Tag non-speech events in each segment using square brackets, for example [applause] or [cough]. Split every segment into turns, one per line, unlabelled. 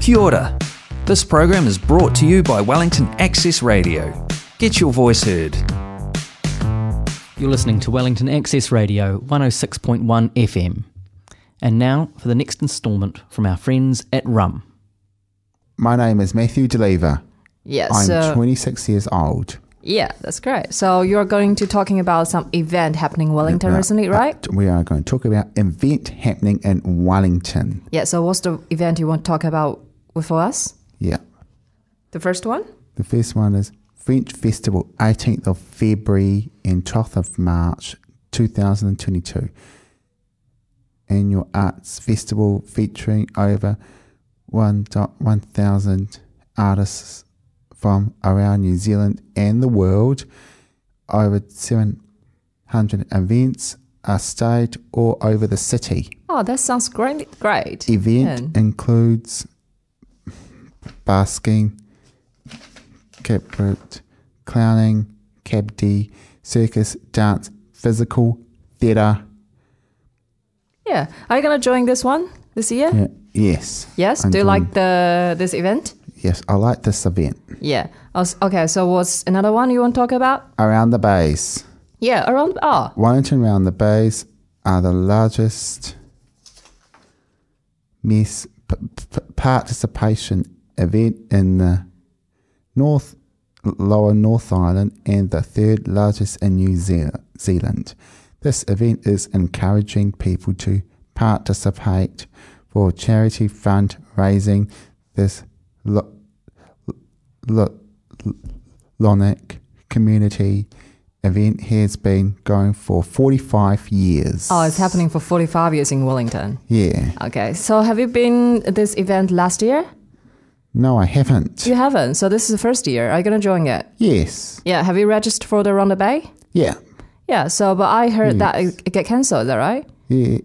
Kia ora. This program is brought to you by Wellington Access Radio. Get your voice heard.
You're listening to Wellington Access Radio 106.1 FM. And now for the next instalment from our friends at Rum.
My name is Matthew DeLeva.
Yeah,
I'm
Uh, so
26 years old.
yeah, that's great. So you're going to talking about some event happening in Wellington recently, right?
Uh, We are going to talk about event happening in Wellington.
yeah. So what's the event you want to talk about with us?
Yeah.
The first one?
The first one is French Festival, 18th of February and 12th of March 2022. Annual Arts Festival featuring over 1,000 artists from around New Zealand and the world. Over 700 events are staged all over the city
Oh, that sounds great. Great.
E- event
Yeah.
includes basking, cabaret, clowning, cabdi, circus, dance, physical, theatre.
yeah. Are you gonna join this one this year?
Yeah, Yes.
Yes.
I'm
Do you
doing-
like the this event?
Yes, I like this event.
Yeah. Als- Okay. So what's another one you want to talk about?
Around the bays.
Yeah. Around. Oh.
Wellington Round the Bays are the largest mass p- p- participation event in the North Lower North Island and the third largest in New Zeal Zealand. This event is encouraging people to participate for charity fundraising. This lo- lo- Lonic community event has been going for 45 years.
Oh, it's happening for 45 years in Wellington.
Yeah.
Okay. So have you been at this event last year?
No, I haven't.
You haven't. So this is the first year. Are you gonna join it?
Yes.
Yeah. Have you registered for the Round the Bay?
Yeah.
Yeah, so but I
Hmm.
heard that it, it get cancelled, is that right?
Yeah.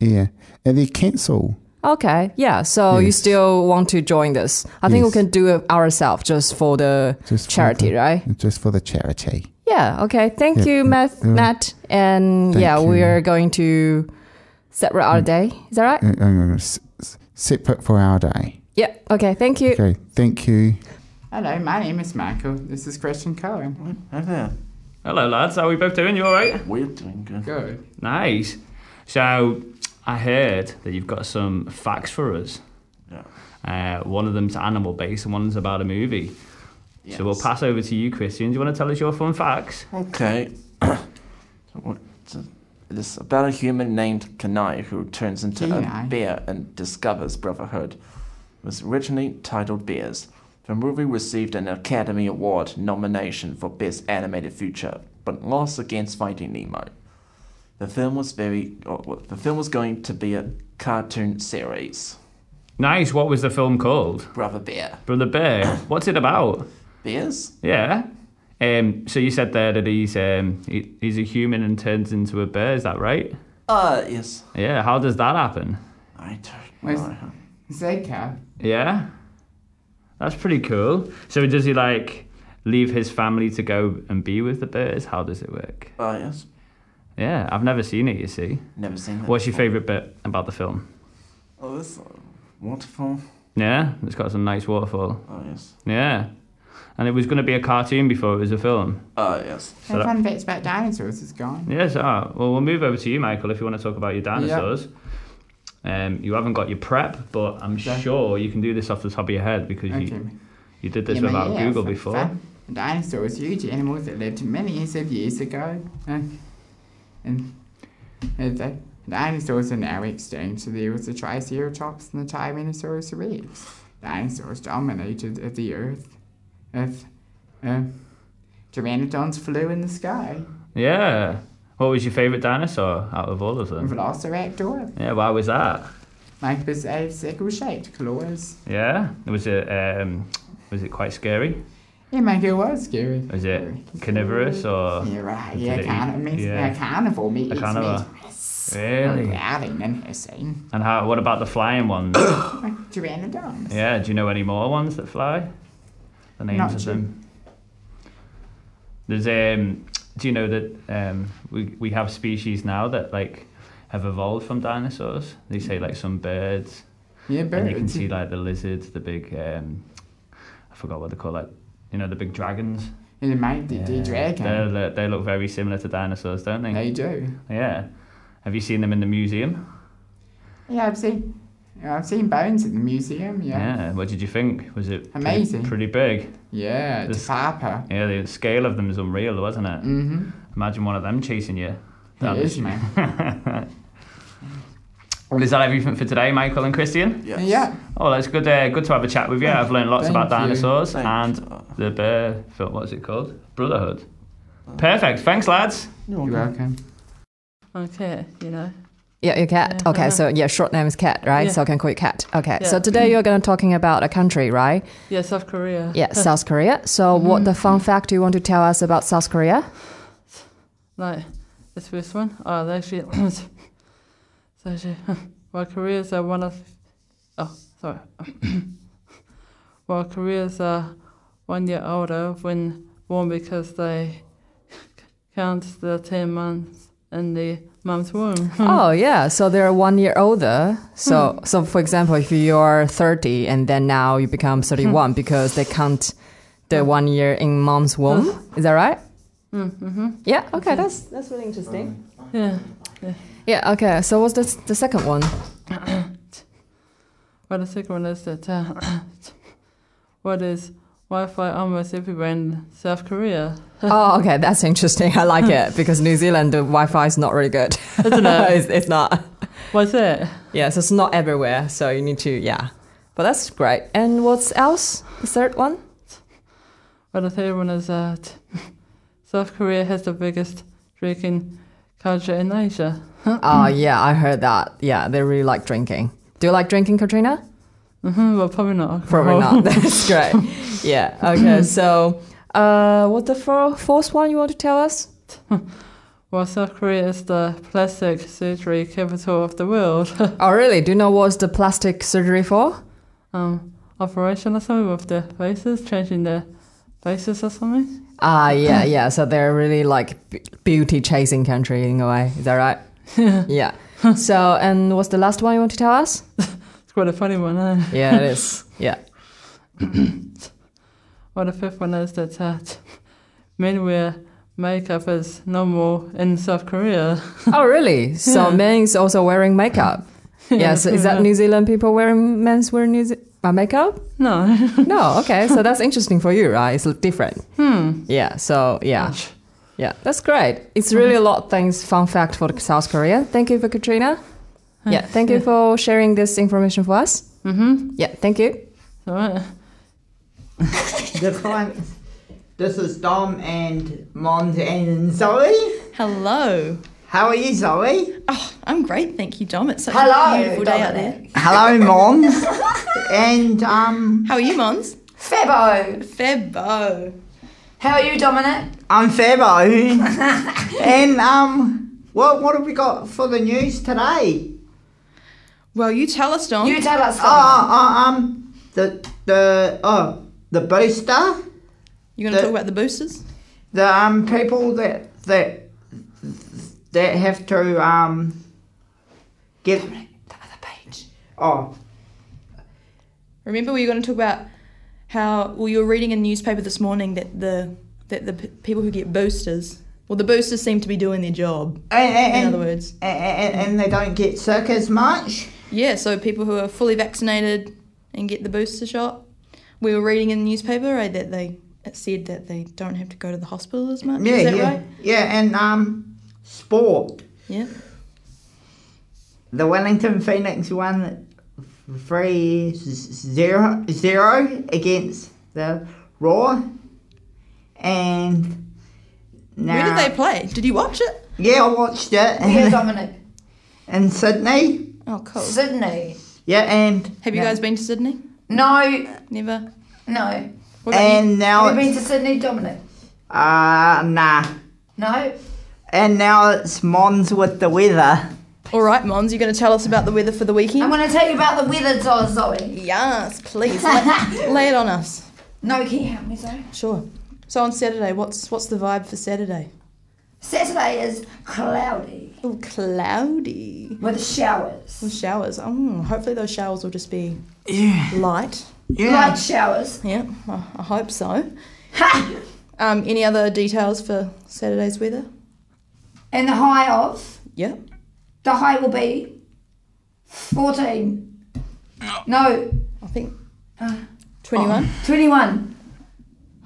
Yeah. And they cancel.
Okay, yeah. So you
Yes.
still want to join this? I think we
Yes.
can do it ourselves just for the
Just for
charity,
the-
right?
Just for the charity.
Yeah. Okay. Thank
Yeah,
you,
yeah,
Matt.
yeah.
Matt, and
Thank
yeah,
you.
we're going to separate our day. Is that right?
Uh, uh, s- s- Separate for our day.
Yeah. Okay. Thank you.
Okay. Thank you.
Hello, my name is Michael. This is Christian Cohen.
Hello, lads. How are we both doing? You all right?
We're doing good.
Good.
Nice. So, I heard that you've got some facts for us. Yeah. Uh, one of them's animal based and one's about a movie. So, we'll
Yes.
pass over to you, Christian. Do you want to tell us your fun facts?
Okay. [coughs] So what- so It's about a human named Kanai who turns into
Kanai.
a bear and discovers Brotherhood. It was originally titled Bears. The movie received an Academy Award nomination for Best Animated Feature, but lost against Finding Nemo. The film was very. oh, well, the film was going to be a cartoon series.
Nice. What was the film called?
Brother Bear.
Brother
[coughs]
Bear. What's it about?
Bears?
Yeah. Um, so, you said there that he's, um, he, he's a human and turns into a bear. Is that right?
Uh, yes.
Yeah. How does that happen?
I don't
Was-
know.
Zeka.
Yeah. That's pretty cool. So does he like leave his family to go and be with the bears? How does it work?
Uh, yes.
Yeah, I've never seen it, you see.
Never seen that.
What's your favourite bit about the film?
Oh, this uh, waterfall.
Yeah, it's got some nice waterfall.
Oh yes.
Yeah. And it was going to be a cartoon before it was a film.
Oh yes.
The fun bits about dinosaurs is gone.
Yes, ah. Well, we'll move over to you, Michael, if you want to talk about your dinosaurs. Um, you haven't got your prep, but I'm
Yeah.
sure you can do this off the top of your head because
Okay.
you, you did this
Yeah,
without
yeah,
Google
fun-
before.
fun. Dinosaurs, huge animals that lived millions of years ago. Uh, and and the dinosaurs are now extinct. So there was the Triceratops and the Tyrannosaurus rex. Dinosaurs dominated uh, the earth. Earth. Uh, pteranodons flew in the sky.
Yeah. What was your favourite dinosaur out of all of them?
Velociraptor.
Yeah, why was that?
Like this a circle shaped claws.
Yeah, was it um, was it quite scary?
Yeah, Michael it was scary.
Was it carnivorous or
Yeah, right.
Did
Yeah,
it
carnival
eat-
means
yeah.
yeah. carnivore meat.
a
eats
carnivore?
meat.
Really?
Growling and hissing.
And how? What about the
[coughs]
flying ones?
Like pteranodons.
yeah, do you know any more ones that fly? The names
Not
of
sure.
them. There's um, do you know that um, we we have species now that like have evolved from dinosaurs? They say like some birds
Yeah,
and
but
you can see like the lizards, the big, um, I forgot what they call it. You know the big dragons.
and it might be the
They're-
dragon.
They they look very similar to dinosaurs, don't they?
They do.
Yeah. Have you seen them in the museum?
Yeah, I've seen. yeah, I've seen bones at the museum. Yeah.
What did you think? Was it pretty-
Amazing.
Pretty, big.
Yeah,
This-
it's Papa.
Yeah, the scale of them is unreal, wasn't it?
Mm-hmm.
Imagine one of them chasing you.
It is, man.
[laughs] Well, is that everything for today, Michael and Christian?
Yes.
Yeah.
Oh, that's good. Uh, good to have a chat with you. I've learned lots
Thank
about
you.
dinosaurs
Thank
and
you. Uh,
the bear. Film, what is it called? Brotherhood. Perfect. Thanks, lads.
You're welcome.
Okay, you know.
Yeah, your cat.
Yeah. uh-huh.
Okay, so yeah, short name is cat, right?
Yeah.
So I can call you cat. Okay, so
Yeah. Uh-huh.
today you're going to talking about a country, right?
Yeah, South Korea. [laughs]
Yeah, South Korea. So what the
Mm-hmm.
fun fact do you want to tell us about South Korea?
Like this first one. Oh, they actually. [coughs] so actually, [laughs] while Koreas are one of, oh sorry, [coughs] while Koreas are one year older when born because they [laughs] count the ten months in the mum's womb. [laughs]
Oh yeah, so they're one year older. So
Hmm.
so for example, if you're 30 and then now you become
Hmm.
31 because they count the one year in mom's womb. Is that right?
Hmm. Mm-hmm.
Yeah. Okay, that's that's really interesting.
Yeah.
Yeah. Okay. So what's the the second
[laughs]
one?
Well, the second one is that uh, [coughs] what is Wi-Fi almost everywhere in South Korea?
oh, okay, that's interesting. I
[laughs]
like it because New Zealand the Wi-Fi is not really good. [laughs]
Isn't it?
it's, it's not.
What's that?
Yeah, so it's not everywhere. So you need to yeah. But that's great. And what's else? The third one?
But the third one is that [laughs] South Korea has the biggest drinking culture in Asia.
Oh yeah, I heard that. Yeah, they really like drinking. Do you like drinking, Katrina?
Mm-hmm, well, probably not.
Probably
alcohol.
not. [laughs] That's great. Yeah. Okay. So, uh, what's the fir- fourth one you want to tell us?
[laughs] Well, South Korea is the plastic surgery capital of the world. [laughs]
Oh, really? Do you know what's the plastic surgery for?
um, operation or something with their faces, changing their faces or something.
Ah, yeah, yeah. So they're really like b- beauty chasing country in a way. Is that right? yeah. So, and what's the last one you want to tell us?
It's quite a funny one, eh?
Yeah, it is. Yeah.
Well, the fifth one is that uh, [laughs] men wear makeup is normal in South Korea.
Oh, really? So,
Yeah.
men is also wearing makeup. Yeah. So, is that New Zealand people wearing men's wearing New Ze- uh, makeup?
No.
No. Okay. So that's interesting for you, right? It's different. Hmm. Yeah. So yeah. Yeah, that's great. It's
Mm-hmm.
really a lot of things, fun fact for South Korea. Thank you for Katrina. Yeah, thank you for sharing this information for us.
Mm-hmm.
Yeah, thank you.
Alright.
The climate. This is Dom and Mons and Zoe.
Hello.
How are you, Zoe?
Oh, I'm great, thank you, Dom. It's such
Hello,
a beautiful day out there.
Dominic. Hello, Mons. and um,
How are you, Mons?
Fabo.
Febo.
How are you, Dominic?
I'm Fabo. and um, what what have we got for the news today?
Well, you tell us, Dom.
tell us.
Oh, oh, oh, um, the the oh the booster.
You're going to
the-
talk about the boosters?
the um people that that that have to um get
The other page.
oh
Remember, we were going to talk about how, well, you were reading a newspaper this morning that the that the p- people who get boosters, well, the boosters seem to be doing their job,
and
in
and,
other
and,
words.
and, and they don't get sick as much.
Yeah, so people who are fully vaccinated and get the booster shot. We were reading in the newspaper, right, that they it said that they don't have to go to the hospital as much.
Yeah,
Is that
yeah,
right?
yeah, and um sport.
Yeah.
The Wellington Phoenix won three zero zero against the Raw, and now
Where did they play? Did you watch it?
yeah I watched it in,
Dominic.
[laughs] in Sydney.
Oh, cool.
Sydney.
Yeah, and
Have you guys been to Sydney?
No,
Never.
no.
What about
and now
Have you
it's-
been to Sydney, Dominic?
Uh, nah.
No.
And now it's Mons with the weather.
you? All right, Mons, you're going to tell us about the weather for the
I'm
weekend.
going to tell you about the weather, Zo- Zoe.
yes, please. lay, lay it on us.
No, can you help me, Zoe?
Sure. So on Saturday, what's what's the vibe for Saturday?
Saturday is cloudy.
Oh, cloudy.
With showers.
With showers. Oh, hopefully those showers will just be light.
Yeah. Light showers.
Yeah, I, I hope so. um, any other details for Saturday's weather?
And the high of?
Yeah.
The high will be 14. No.
I think.
21? 21.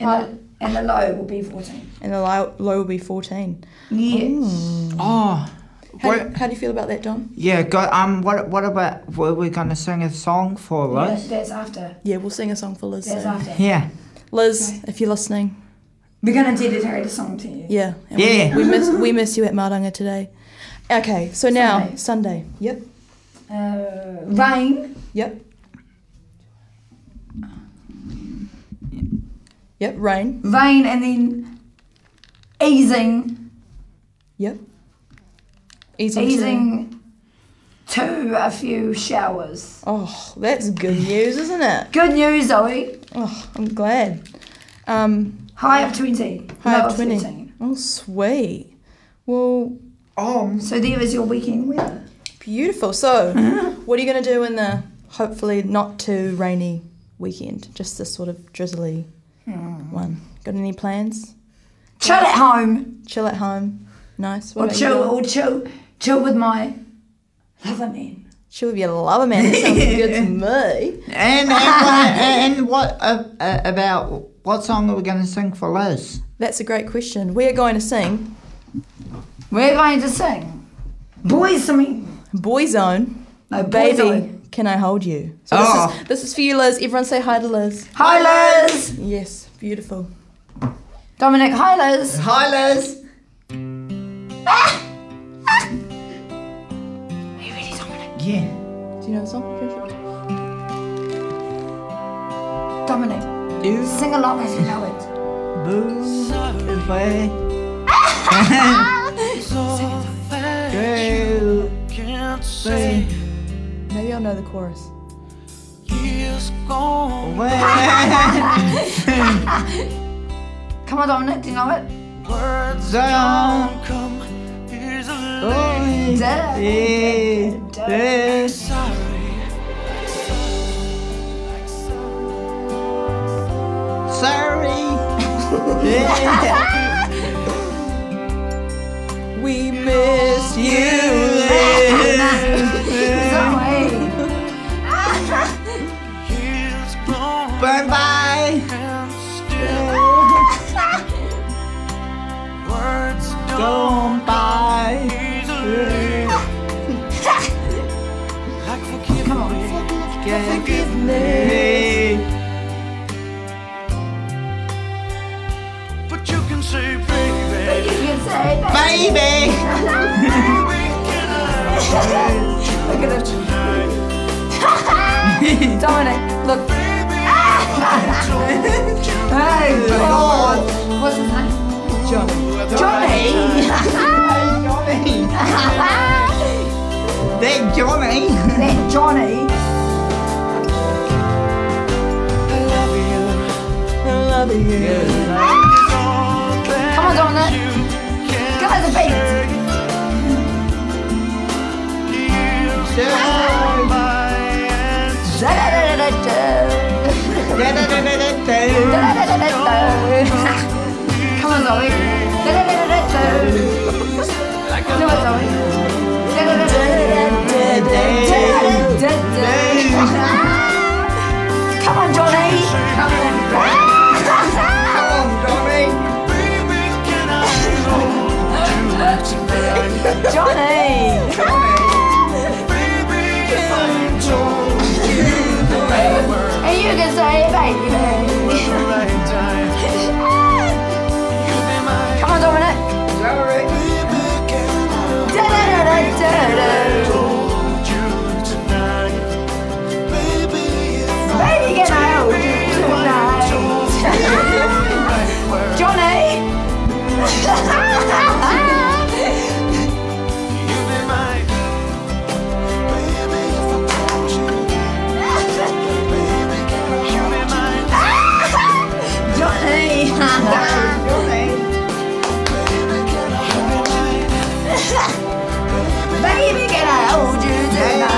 And the, and the low will be 14.
And the low, low will be 14.
Yes.
Oh. How,
What-
how do you feel about that, Don?
Yeah, go, um, what, what about, were we going to sing a song for
Yeah,
us?
that's after.
Yeah, we'll sing a song for Liz.
That's
soon.
after.
Yeah.
Liz, if you're listening,
We're going to dedicate a song to you.
yeah. and we-
Yeah.
We, miss we miss you at Maranga today. Okay, so now Sunday. Yep.
Uh, rain.
Yep. Yep. Rain.
Rain and then easing.
Yep.
Easing,
Easing to-
to a few showers.
Oh, that's good news, isn't it?
Good news, Zoe.
Oh, I'm glad. Um,
High of 20.
High
low
of 20.
13.
Oh, sweet. Well,
um, so there is your weekend weather.
Beautiful. [laughs] So, what are you going to do in the hopefully not too rainy weekend? Just this sort of drizzly one. Got any plans?
Chill at home.
Chill at home. Nice. What
Or
about you,
chill,
Bill?
or chill, chill with my lover man.
Chill with your lover man. That
[laughs]
sounds good to me.
And, and, what, and what uh, uh, about, what song are we going to sing for Liz?
That's a great question. We are going to sing
We're going to sing. Boys, I mean.
Boyzone.
No,
Baby,
Boyzone.
can I hold you? So this,
Oh.
is, this is for you, Liz. Everyone say hi to Liz.
Hi, Liz.
Yes, beautiful.
Dominic, hi, Liz.
Hi, Liz.
Are you ready, Dominic?
Yeah.
Do you know the song?
Dominic, sing along as you know it.
Boo. Away. Girl. Say.
Maybe I'll know the chorus.
Come on, Dominic, do you know it?
Down. Oh,
Duh.
yeah. Yeah. Sorry. Yeah.
We miss
you. Bye bye. Words gone by. Like forgive, forgive me.
But you can say, baby.
You can say
Baby.
Look at it. Dominic, look. hey, God. What's his name? Johnny. Johnny.
That Johnny.
that Johnny.
Love you.
Come on, Dominic. Give us a beat. Come on, Zoe. Do it, Zoe. Come on, Johnny. Come on, Johnny. Johnny. [laughs] And you can say baby. [laughs] Come on, Dominic. Baby, can I hold you
[laughs]
tonight? Johnny. Ah!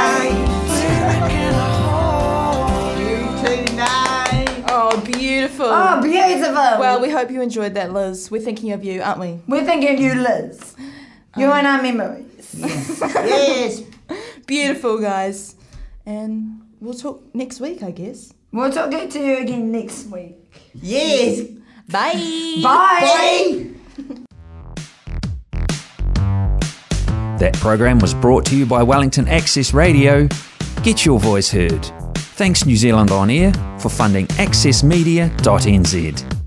Oh,
Oh,
well, we hope you enjoyed that, Liz. We're thinking of you, aren't we? Um,
We're thinking of you, Liz. You're in our
[laughs]
memories. yes.
Beautiful, guys. And we'll talk next week, I guess.
We'll talk to you again next week.
Yes.
Bye.
Bye.
That program was brought to you by Wellington Access Radio. Get your voice heard. Thanks, New Zealand On Air, for funding accessmedia.nz.